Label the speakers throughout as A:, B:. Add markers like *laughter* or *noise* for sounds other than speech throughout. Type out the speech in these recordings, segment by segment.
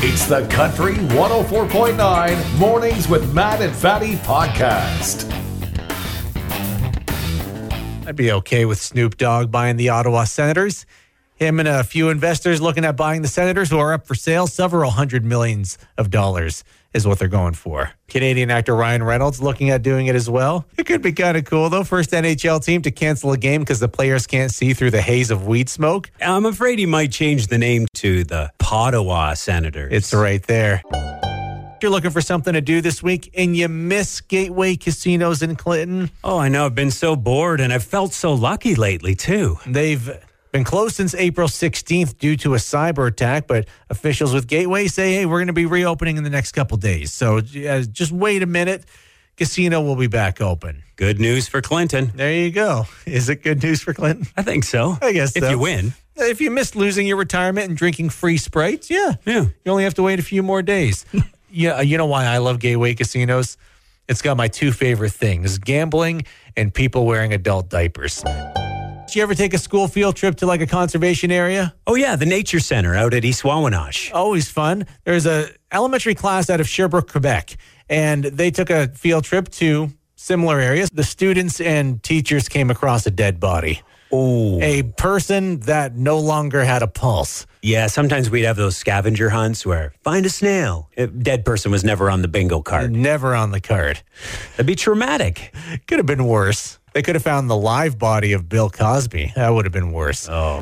A: It's the Country 104.9 Mornings with Matt and Fatty podcast.
B: I'd be okay with Snoop Dogg buying the Ottawa Senators. Him and a few investors looking at buying the Senators, who are up for sale several hundred millions of dollars, is what they're going for. Canadian actor Ryan Reynolds looking at doing it as well. It could be kind of cool, though. First NHL team to cancel a game because the players can't see through the haze of weed smoke.
C: I'm afraid he might change the name to the Pottawa Senators.
B: It's right there. If you're looking for something to do this week and you miss Gateway Casinos in Clinton,
C: oh, I know. I've been so bored, and I've felt so lucky lately too.
B: They've been closed since April 16th due to a cyber attack, but officials with Gateway say, hey, we're going to be reopening in the next couple days. So yeah, just wait a minute. Casino will be back open.
C: Good news for Clinton.
B: There you go. *laughs* Is it good news for Clinton?
C: I think so.
B: I guess
C: if
B: so.
C: you win,
B: If you miss losing your retirement and drinking free sprites, yeah,
C: Yeah.
B: you only have to wait a few more
C: *laughs*
B: days. yeah, you know why I love Gateway Casinos? It's got my two favorite things: gambling and people wearing adult diapers. Did you ever take a school field trip to like a conservation area?
C: oh yeah, the Nature Center out at East Wawanosh.
B: always fun. There's a elementary class out of Sherbrooke, Quebec, and they took a field trip to similar areas. The students and teachers came across a dead body,
C: Oh
B: a person that no longer had a pulse.
C: yeah. Sometimes we'd have those scavenger hunts where find a snail. A dead person was never on the bingo card.
B: Never on the card.
C: That'd be traumatic.
B: Could have been worse. They could have found the live body of Bill Cosby. That would have been worse.
C: Oh.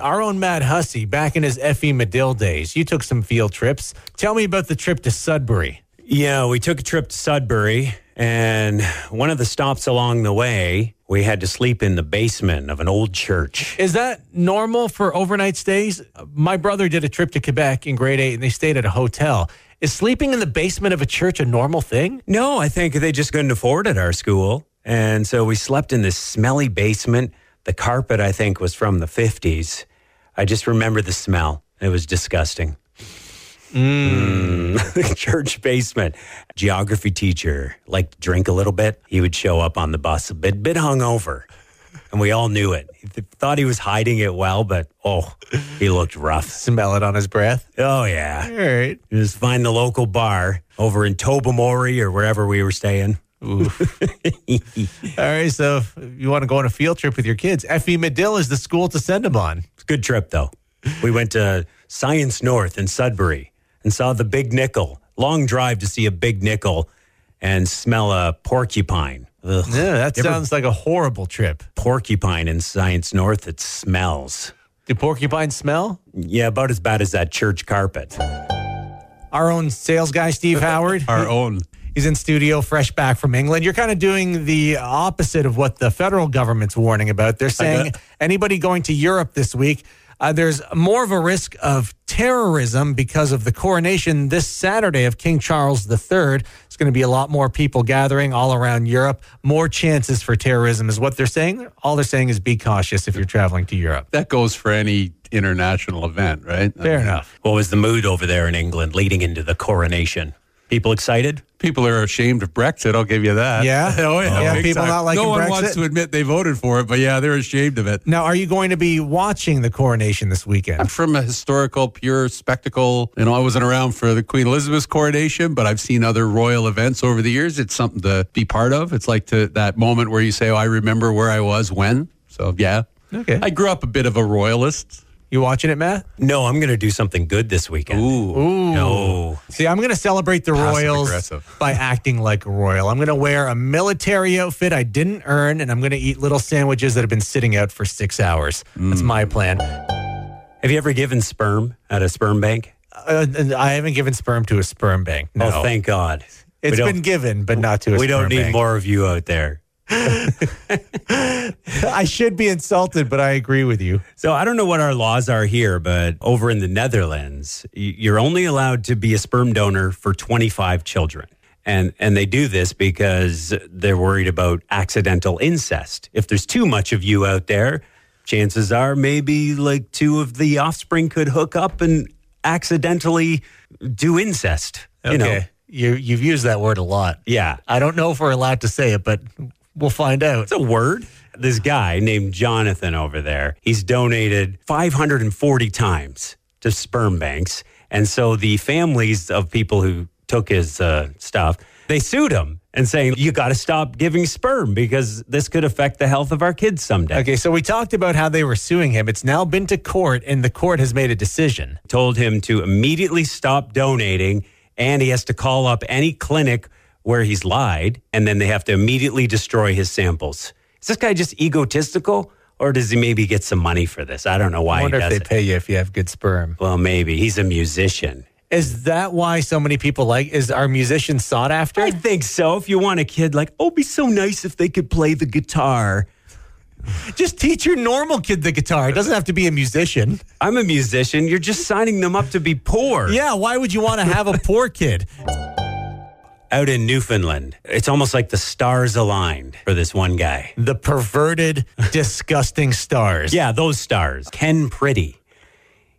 B: Our own Matt Hussey, back in his Effie Medill days, you took some field trips. Tell me about the trip to Sudbury.
C: Yeah, we took a trip to Sudbury, and one of the stops along the way, we had to sleep in the basement of an old church.
B: Is that normal for overnight stays? My brother did a trip to Quebec in grade eight and they stayed at a hotel. Is sleeping in the basement of a church a normal thing?
C: No, I think they just couldn't afford it, our school. And so we slept in this smelly basement. The carpet, I think, was from the 50s. I just remember the smell. It was disgusting. Mm. *laughs* church basement. Geography teacher liked to drink a little bit. He would show up on the bus a bit, bit hungover. And we all knew it. He th- thought he was hiding it well, but oh, he looked rough.
B: Smell it on his breath.
C: Oh, yeah.
B: All right.
C: Just find the local bar over in Tobermory or wherever we were staying.
B: All right. So if you want to go on a field trip with your kids, Effie Medill is the school to send them on.
C: It's a good trip, though. We went to Science North in Sudbury and saw the Big Nickel. Long drive to see a Big Nickel and smell a porcupine. Ugh.
B: Yeah, that
C: Never-
B: sounds like a horrible trip.
C: Porcupine in Science North, it smells.
B: Do porcupines smell?
C: Yeah, about as bad as that church carpet.
B: Our own sales guy, *laughs* Steve Howard.
D: our own.
B: He's in studio, fresh back from England. You're kind of doing the opposite of what the federal government's warning about. They're saying anybody going to Europe this week, uh, there's more of a risk of terrorism because of the coronation this Saturday of King Charles III. It's going to be a lot more people gathering all around Europe. More chances for terrorism is what they're saying. All they're saying is be cautious if you're traveling to Europe.
D: That goes for any international event, right? I
B: Fair
D: mean,
B: enough.
C: What was the mood over there in England leading into the coronation? People excited?
D: People are ashamed of Brexit. I'll give you that.
B: Yeah?
D: *laughs* oh, yeah.
B: Yeah,
D: big
B: people
D: time.
B: not liking
D: No one
B: Brexit?
D: wants to admit they voted for it, but yeah, they're ashamed of it.
B: Now, are you going to be watching the coronation this weekend?
D: From a historical, pure spectacle, you know, I wasn't around for the Queen Elizabeth's coronation, but I've seen other royal events over the years. It's something to be part of. It's like to that moment where you say, "Oh, I remember where I was when." So yeah,
B: Okay.
D: I grew up a bit of a royalist.
B: You watching it, Matt?
C: No, I'm going to do something good this weekend. Ooh. No.
B: See, I'm going to celebrate the
D: Passive
B: Royals
C: *laughs*
D: aggressive.
B: by acting like a Royal. I'm going to wear a military outfit I didn't earn, and I'm going to eat little sandwiches that have been sitting out for six hours.
C: Mm.
B: That's my plan.
C: Have you ever given sperm at a sperm bank?
B: Uh, and I haven't given sperm to a sperm bank. No.
C: Oh, thank God.
B: It's
C: We don't-
B: been given, but not to a
C: we
B: sperm
C: don't need
B: bank.
C: more of you out there.
B: *laughs* I should be insulted, but I agree with you.
C: So I don't know what our laws are here, but over in the Netherlands, y- you're only allowed to be a sperm donor for 25 children. And and they do this because they're worried about accidental incest. If there's too much of you out there, chances are maybe like two of the offspring could hook up and accidentally do incest. You know.
B: You, you've used that word a lot.
C: Yeah.
B: I don't know if we're allowed to say it, but we'll find out.
C: It's a word. This guy named Jonathan over there, he's donated 540 times to sperm banks And so the families of people who took his uh, stuff, they sued him and saying, you got to stop giving sperm because this could affect the health of our kids someday.
B: Okay, so we talked about how they were suing him. It's now been to court, and the court has made a decision.
C: Told him to immediately stop donating and he has to call up any clinic where he's lied and then they have to immediately destroy his samples. Is this guy just egotistical or does he maybe get some money for this? I don't know why
B: I wonder
C: he
B: if
C: does
B: they
C: it.
B: pay you if you have good sperm.
C: well, maybe he's a musician.
B: Is that why so many people like? Is our musicians sought after?
C: I think so. If you want a kid, like, oh, it'd be so nice if they could play the guitar.
B: Just teach your normal kid the guitar. It doesn't have to be a musician.
C: I'm a musician. You're just signing them up to be poor.
B: Yeah, why would you want to have a poor kid?
C: Out in Newfoundland, it's almost like the stars aligned for this one guy.
B: *laughs* The perverted, disgusting stars.
C: Yeah, those stars. Ken Pretty.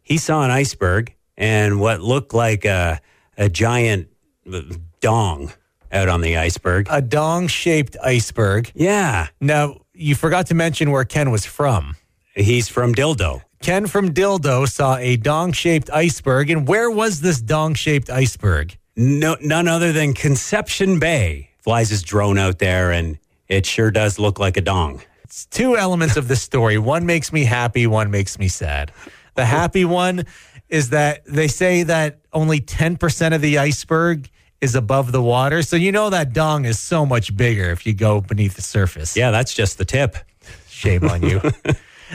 C: He saw an iceberg and what looked like a, a giant uh, dong out on the iceberg.
B: A dong shaped iceberg.
C: Yeah,
B: Now, you forgot to mention where Ken was from.
C: he's from Dildo.
B: Ken from Dildo saw a dong shaped iceberg. And where was this dong shaped iceberg?
C: No, none other than Conception Bay. Flies his drone out there and it sure does look like a dong.
B: It's two elements of this story. One makes me happy, one makes me sad. The happy one is that they say that only 10% of the iceberg is above the water. So you know that dong is so much bigger if you go beneath the surface.
C: Yeah, that's just the tip.
B: Shame on you.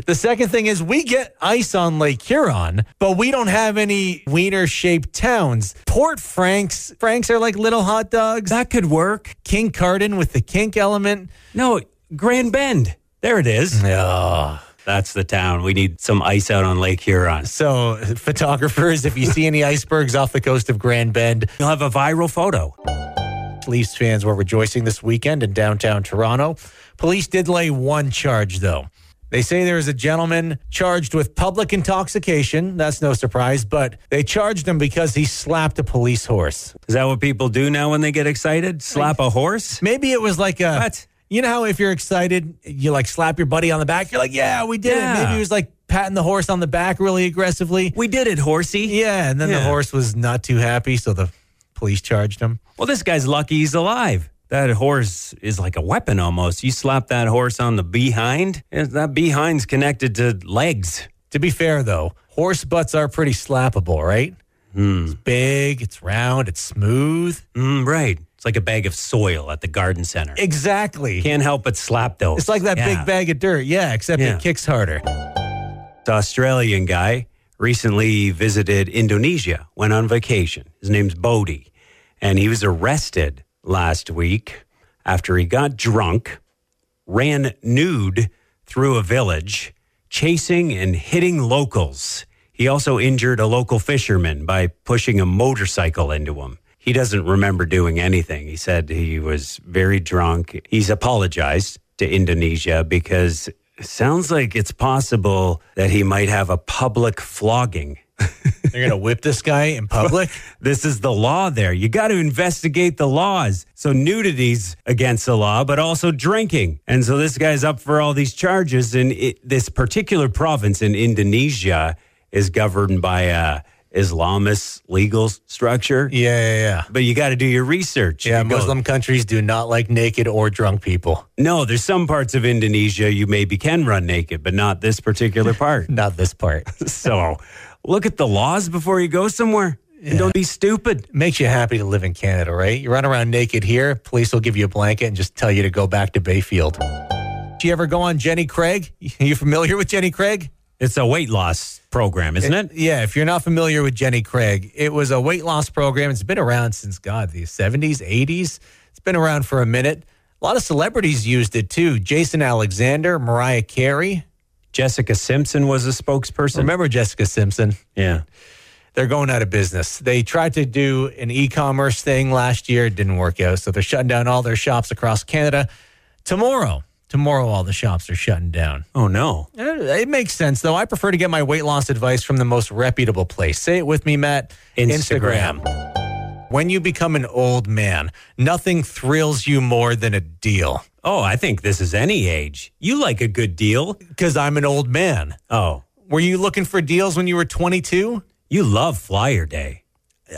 B: the second thing is we get ice on Lake Huron, but we don't have any wiener shaped towns. Port Franks, Franks are like little hot dogs.
C: That could work.
B: King Carden with the kink element.
C: No, Grand Bend. There it is.
B: Ugh.
C: That's the town. We need some ice out on Lake Huron.
B: So, photographers, if you see any icebergs off the coast of Grand Bend,
C: You'll have a viral photo.
B: Leafs fans were rejoicing this weekend in downtown Toronto. Police did lay one charge, though. They say there is a gentleman charged with public intoxication. That's no surprise, but they charged him because he slapped a police horse.
C: Is that what people do now when they get excited? Slap a horse?
B: Maybe it was like a.
C: What?
B: You know how if you're excited, you like slap your buddy on the back? You're like, yeah, we did it.
C: Yeah.
B: Maybe he was like patting the horse on the back really aggressively.
C: We did it, horsey.
B: Yeah, and then the
C: Yeah.
B: horse was not too happy, so the police charged him.
C: Well, this guy's lucky he's alive. That horse is like a weapon almost. You slap that horse on the behind, and that behind's connected to legs.
B: To be fair, though, horse butts are pretty slappable, right?
C: Hmm.
B: It's big, it's round, it's smooth.
C: Mm, right. It's like a bag of soil at the garden center.
B: Exactly.
C: Can't help but slap those.
B: it's like that
C: Yeah.
B: big bag of dirt. Yeah, except
C: Yeah.
B: it kicks
C: *laughs*
B: harder.
C: The Australian guy recently visited Indonesia, went on vacation. His name's Bodhi. And he was arrested last week after he got drunk, ran nude through a village, chasing and hitting locals. He also injured a local fisherman by pushing a motorcycle into him. He doesn't remember doing anything. He said he was very drunk. He's apologized to Indonesia because it sounds like it's possible that he might have a public flogging.
B: They're going to whip this guy in public.
C: This is the law there. You got to investigate the laws. So nudity's against the law, but also drinking. And so this guy's up for all these charges. And it, this particular province in Indonesia is governed by a Islamist legal structure.
B: *laughs* Yeah, yeah, yeah.
C: But you got to do your research.
B: Yeah,
C: You go-
B: Muslim countries do not like naked or drunk people.
C: No, there's some parts of Indonesia you maybe can run naked, but not this
B: *laughs*
C: particular part.
B: Not this part.
C: *laughs* so look at the laws before you go somewhere. And don't be stupid.
B: Makes you happy to live in Canada, right? You run around naked here, police will give you a blanket and just tell you to go back to Bayfield. Do you ever go on Jenny Craig? *laughs* You familiar with Jenny Craig?
C: It's a weight loss program, isn't it?
B: Yeah, if you're not familiar with Jenny Craig, it was a weight loss program. It's been around since God, the 70s, 80s. It's been around for a minute. A lot of celebrities used it too. Jason Alexander, Mariah Carey.
C: Jessica Simpson was a spokesperson.
B: Remember Jessica Simpson?
C: Yeah.
B: They're going out of business. They tried to do an e-commerce thing last year, it didn't work out. So they're shutting down all their shops across Canada. Tomorrow, tomorrow all the shops are shutting down.
C: Oh no.
B: Eh, It makes sense, though. I prefer to get my weight loss advice from the most reputable place. Say it with me, Matt
C: Instagram.
B: When you become an old man, nothing thrills you more than a deal.
C: Oh, I think this is any age. You like a good deal.
B: Because I'm an old man.
C: Oh.
B: Were you looking for deals when you were 22?
C: You love Flyer Day.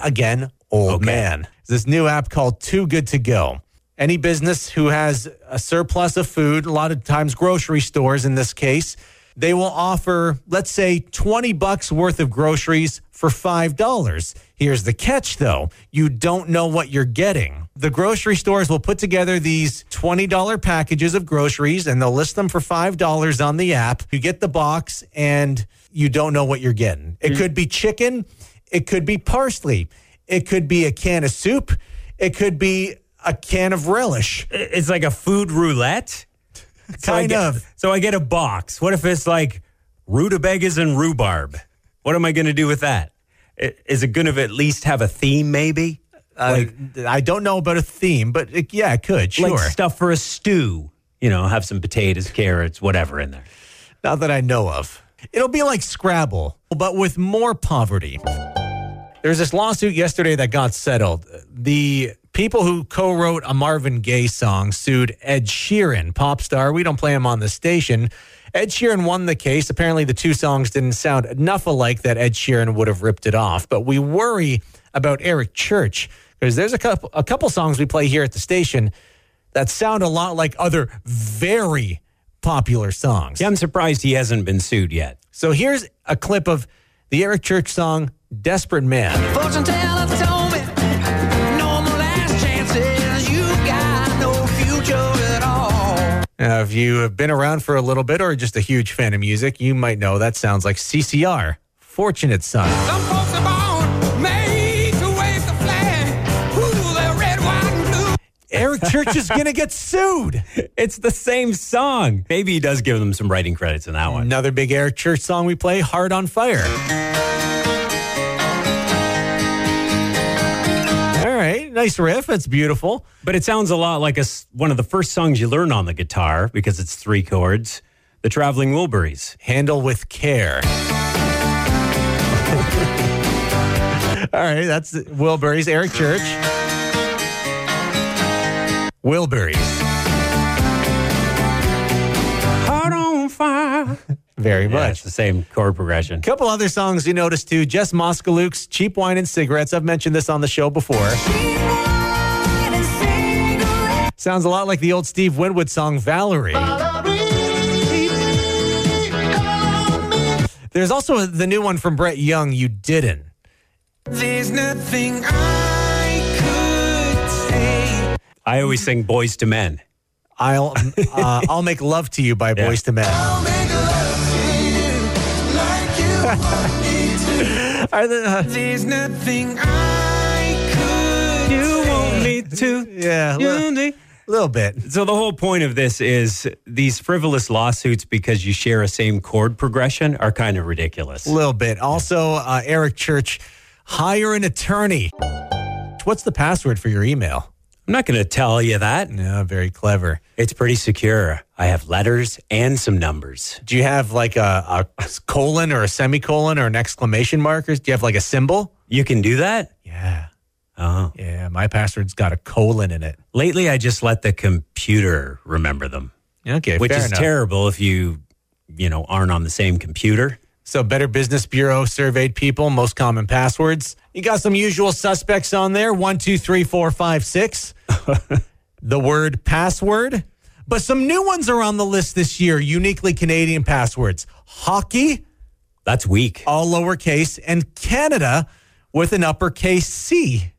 B: again, old man. This new app called Too Good to Go. Any business who has a surplus of food, a lot of times grocery stores in this case, they will offer, let's say, 20 bucks worth of groceries for $5. Here's the catch though you don't know what you're getting. The grocery stores will put together these $20 packages of groceries and they'll list them for $5 on the app. You get the box and you don't know what you're getting. It could be chicken, it could be parsley. It could be a can of soup. It could be a can of relish.
C: I- It's like a food roulette. *laughs* So I
B: Kind
C: *laughs* get-
B: of.
C: So I get a box. What if it's like rutabagas and rhubarb? What am I going to do with that? I- Is it going to at least have a theme, maybe?
B: Like, I don't know about a theme, but it, yeah, it could. Sure.
C: Like stuff for a stew. You know, have some potatoes, carrots, whatever in there.
B: Not that I know of. It'll be like Scrabble, but with more poverty. There's this lawsuit yesterday that got settled. The people who co wrote a Marvin Gaye song sued Ed Sheeran, pop star. We don't play him on the station. Ed Sheeran won the case. Apparently, the two songs didn't sound enough alike that Ed Sheeran would have ripped it off. But we worry about Eric Church because there's a couple, a couple songs we play here at the station that sound a lot like other very popular songs.
C: Yeah, I'm surprised he hasn't been sued yet.
B: So here's a clip of the Eric Church song Desperate Man.
E: Fortune teller told me no more last chances. You got no future at all.
B: Now, if you have been around for a little bit or just a huge fan of music, you might know that sounds like CCR, Fortunate Son.
E: Some folks are born made to wave the flag. Ooh, they're red, white, and blue.
B: Eric Church is going to get sued.
C: *laughs* It's the same song. Maybe he does give them some writing credits in that one.
B: Another big Eric Church song we play, Heart on Fire. All right, nice riff. It's beautiful.
C: But it sounds a lot like a s one of the first songs you learn on the guitar because it's three chords. The Traveling Wilburys.
B: Handle with care. All right, that's Wilburys, Eric Church. Wilburys.
C: Heart on fire.
B: Very
C: Yeah,
B: much.
C: it's the same chord progression.
B: A couple other songs you noticed too. Jess Moskaluk's Cheap Wine and Cigarettes. I've mentioned this on the show before. Sounds a lot like the old Steve Winwood song, Valerie. There's also the new one from Brett Young, You Didn't.
E: There's nothing I could say.
C: I always sing Boys to Men.
B: I'll *laughs* uh, I'll make love to you by
C: Yeah.
B: Boys to Men.
E: I'll make love to you like
C: *laughs*
E: you want me
B: *laughs*
E: to.
B: Are the- uh,
E: There's nothing I could
C: You want me to?
B: yeah, a little, little bit.
C: So the whole point of this is these frivolous lawsuits because you share a same chord progression are kind of ridiculous.
B: A little bit. Also, uh, Eric Church, hire an attorney. What's the password for your email?
C: I'm not going to tell you that.
B: No, very clever.
C: It's pretty secure. I have letters and some numbers.
B: Do you have like a, a colon or a semicolon or an exclamation mark? Or do you have like a symbol?
C: You can do that?
B: Yeah. Uh-huh.
C: Oh.
B: Yeah. My password's got a colon in it.
C: Lately, I just let the computer remember them,
B: Okay.
C: which
B: fair
C: is
B: enough.
C: terrible if you, you know, aren't on the same computer.
B: So, Better Business Bureau surveyed people, most common passwords. You got some usual suspects on there one, two, three, four, five, six. the word password. But some new ones are on the list this year uniquely Canadian passwords hockey,
C: That's weak.
B: all lowercase, and Canada with an uppercase C.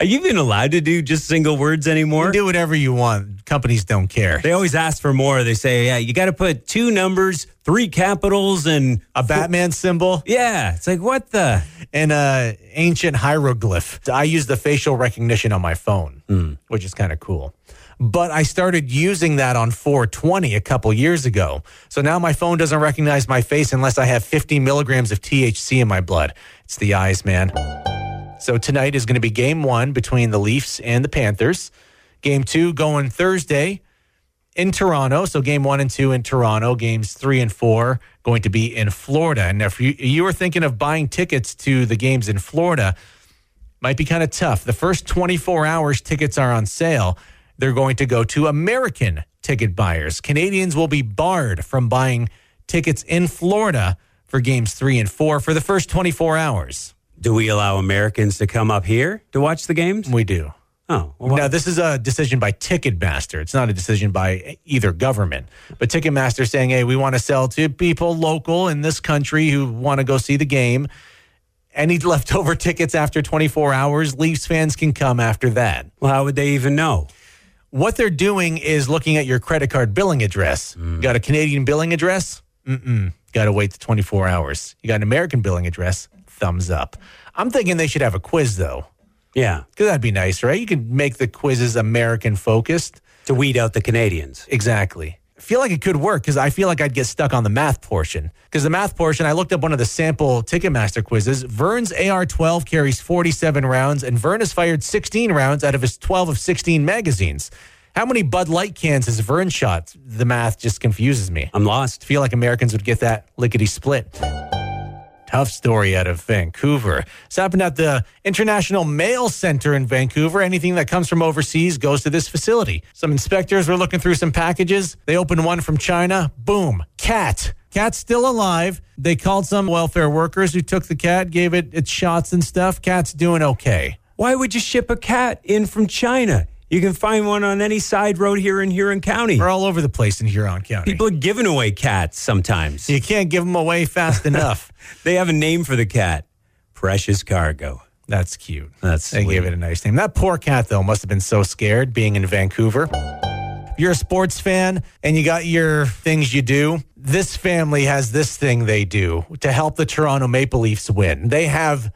C: Are you even allowed to do just single words
B: You
C: anymore?
B: do whatever you want. Companies don't care.
C: They always ask for more. They say, yeah, you got to put two numbers, three capitals, and
B: A Batman symbol
C: yeah. It's like, what the?
B: and a ancient hieroglyph. I use the facial recognition on my phone,
C: Hmm.
B: which is kind of cool. But I started using that on 420 a couple years ago. So now my phone doesn't recognize my face unless I have 50 milligrams of THC in my blood. It's the eyes, man. So tonight is going to be game one between the Leafs and the Panthers. Game two going Thursday in Toronto. So game one and two in Toronto. Games three and four going to be in Florida. And if you, you were thinking of buying tickets to the games in Florida, might be kind of tough. The first 24 hours, tickets are on sale. They're going to go to American ticket buyers. Canadians will be barred from buying tickets in Florida for games three and four for the first 24 hours.
C: Do we allow Americans to come up here to watch the games?
B: We do.
C: Oh, well, why-
B: Now, this is a decision by Ticketmaster. It's not a decision by either government. But Ticketmaster saying, hey, we want to sell to people local in this country who want to go see the game. Any leftover tickets after 24 hours, Leafs fans can come after that.
C: well, how would they even know?
B: What they're doing is looking at your credit card billing address. Got a Canadian billing address? Mm-mm. Got to wait the 24 hours. You got an American billing address? Thumbs up. I'm thinking they should have a quiz, though.
C: Yeah,
B: 'Cause that'd be nice, right? You could make the quizzes American focused.
C: to weed out the Canadians.
B: Exactly. I feel like it could work because I feel like I'd get stuck on the math portion. Because the math portion, I looked up one of the sample Ticketmaster quizzes. Vern's AR12 carries 47 rounds, and Vern has fired 16 rounds out of his 12 of 16 magazines. How many Bud Light cans has Vern shot? The math just confuses me. I
C: I'm lost.
B: feel like Americans would get that lickety split. Tough story out of Vancouver. It's happened at the International Mail Center in Vancouver. Anything that comes from overseas goes to this facility. Some inspectors were looking through some packages. They opened one from China. Boom, cat. Cat's still alive. They called some welfare workers who took the cat, gave it its shots and stuff. Cat's doing okay.
C: Why would you ship a cat in from China? You can find one on any side road here in Huron County.
B: We're all over the place in Huron County.
C: People are giving away cats sometimes.
B: you can't give them away fast enough.
C: They have a name for the cat Precious Cargo.
B: That's cute.
C: That's
B: they
C: sweet.
B: gave it a nice name. That poor cat though must have been so scared being in Vancouver. If You're a sports fan and you got your things you do. This family has this thing they do to help the Toronto Maple Leafs win. They have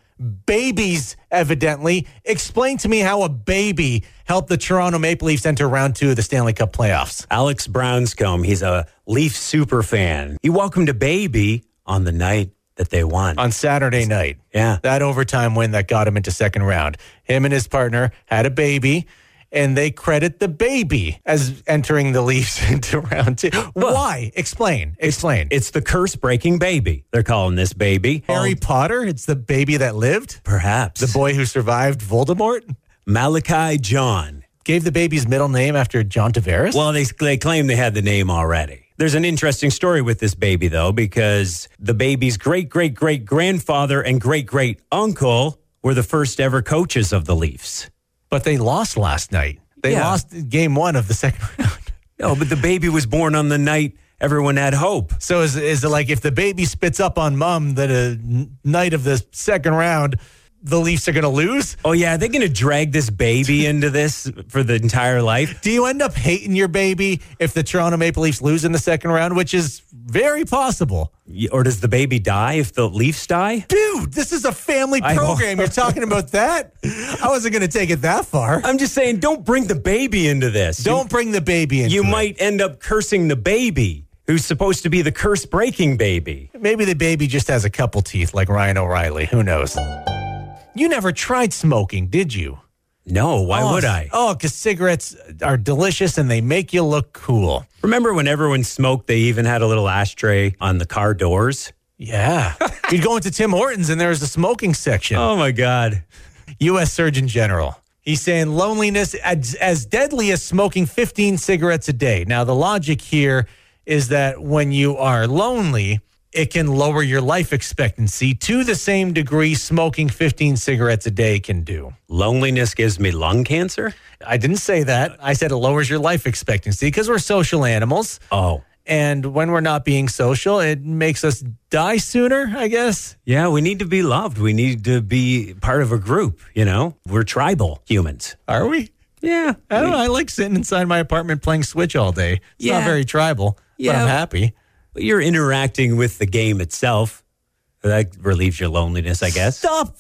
B: babies, evidently. Explain to me how a baby helped the Toronto Maple Leafs enter round two of the Stanley Cup playoffs.
C: Alex Brownscombe, he's a Leaf super fan. He welcomed a baby on the night that they won.
B: on Saturday night.
C: Yeah.
B: That overtime win that got him into second round. Him and his partner had a baby, and they credit the baby as entering the Leafs *laughs* into round two. Why? Explain. Explain. It's,
C: It's the curse breaking baby. They're calling this baby Oh,
B: Harry Potter. It's the baby that lived,
C: Perhaps
B: the boy who survived Voldemort.
C: Malachi John.
B: Gave the baby's middle name after John Tavares.
C: Well, they, they claim they had the name already. There's an interesting story with this baby, though, because the baby's great great great grandfather and great great uncle were the first ever coaches of the Leafs.
B: but they lost last night. They
C: Yeah.
B: lost game one of the second *laughs* round.
C: No, but the baby was born on the night everyone had hope.
B: So is is it like if the baby spits up on mom that a n- night of the second round, the Leafs are going to lose?
C: Oh, yeah, they're going to drag this baby into this for the entire life.
B: Do you end up hating your baby if the Toronto Maple Leafs lose in the second round, which is very possible?
C: Or does the baby die if the Leafs die?
B: Dude, this is a family
C: I know.
B: program. You're talking about that? I wasn't going to take it that far.
C: I'm just saying, don't bring the baby into this.
B: Don't bring the baby in.
C: You might end up cursing the baby who's supposed to be the curse breaking baby.
B: Maybe the baby just has a couple teeth like Ryan O'Reilly. Who knows? You never tried smoking, did you?
C: No, why
B: Oh,
C: would I?
B: Oh, because cigarettes are delicious and they make you look cool.
C: Remember when everyone smoked, they even had a little ashtray on the car doors?
B: *laughs* Yeah. You'd go into Tim Hortons and there was a smoking section.
C: Oh my God.
B: U.S. Surgeon General. He's saying loneliness as, as deadly as smoking 15 cigarettes a day. Now, the logic here is that when you are lonely, it can lower your life expectancy to the same degree smoking 15 cigarettes a day can do.
C: Loneliness gives me lung cancer?
B: I didn't say that. I said it lowers your life expectancy because we're social animals.
C: Oh.
B: And when we're not being social, it makes us die sooner, I guess.
C: Yeah, we need to be loved. We need to be part of a group, you know? We're tribal humans.
B: Are we?
C: Yeah.
B: I don't know. I like sitting inside my apartment playing Switch all day. It's not
C: Yeah.
B: very tribal, but
C: Yeah.
B: I'm happy.
C: You're interacting with the game itself. That relieves your loneliness, I guess.
B: Stop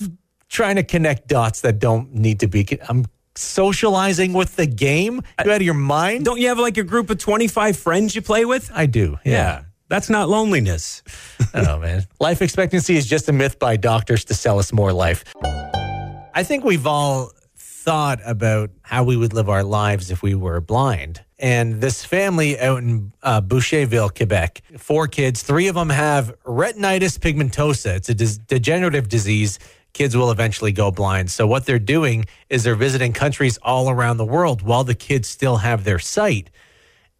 B: trying to connect dots that don't need to be. con- I'm socializing with the game. You out of your mind?
C: Don't you have like a group of 25 friends you play with?
B: I do. Yeah.
C: That's not loneliness.
B: *laughs* oh man, life expectancy is just a myth by doctors to sell us more life. I think we've all thought about how we would live our lives if we were blind. And this family out in uh, Boucherville, Quebec, four kids, three of them have retinitis pigmentosa. It's a dis- degenerative disease. Kids will eventually go blind. So, what they're doing is they're visiting countries all around the world while the kids still have their sight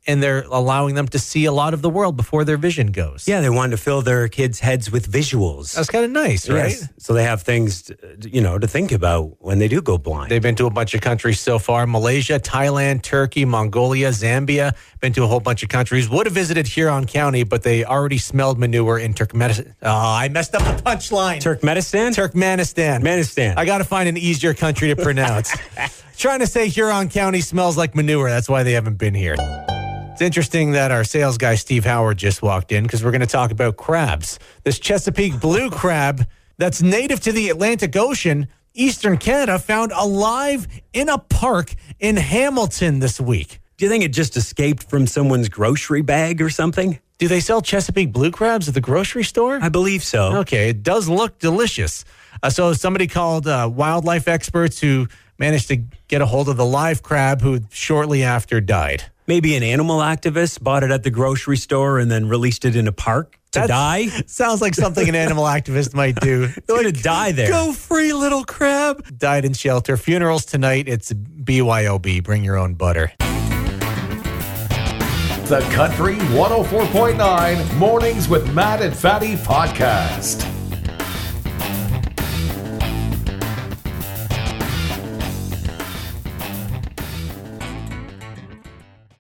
B: and they're allowing them to see a lot of the world before their vision goes.
C: Yeah, they wanted to fill their kids' heads with visuals.
B: That's kind of nice, right?
C: Yes. So they have things, t- you know, to think about when they do go blind.
B: They've been to a bunch of countries so far Malaysia, Thailand, Turkey, Mongolia, Zambia. Been to a whole bunch of countries. Would have visited Huron County, but they already smelled manure in Turkmenistan. Oh, I messed up the punchline.
C: Turkmenistan?
B: Turkmenistan.
C: Turkmenistan.
B: I got to find an easier country to pronounce. Trying to say Huron County smells like manure. That's why they haven't been here. It's interesting that our sales guy, Steve Howard, just walked in because we're going to talk about crabs. This Chesapeake blue crab that's native to the Atlantic Ocean, Eastern Canada, found alive in a park in Hamilton this week.
C: do you think it just escaped from someone's grocery bag or something?
B: Do they sell Chesapeake blue crabs at the grocery store?
C: I believe so.
B: Okay, it does look delicious. Uh, so somebody called uh, wildlife experts who managed to get a hold of the live crab who shortly after died.
C: Maybe an animal activist bought it at the grocery store and then released it in a park to die.
B: Sounds like something an animal activist might do.
C: Going to die there.
B: Go free, little crab. Died in shelter. Funerals tonight. It's BYOB. Bring your own butter.
A: oh The Country 104.9 Mornings with Matt and Fatty Podcast.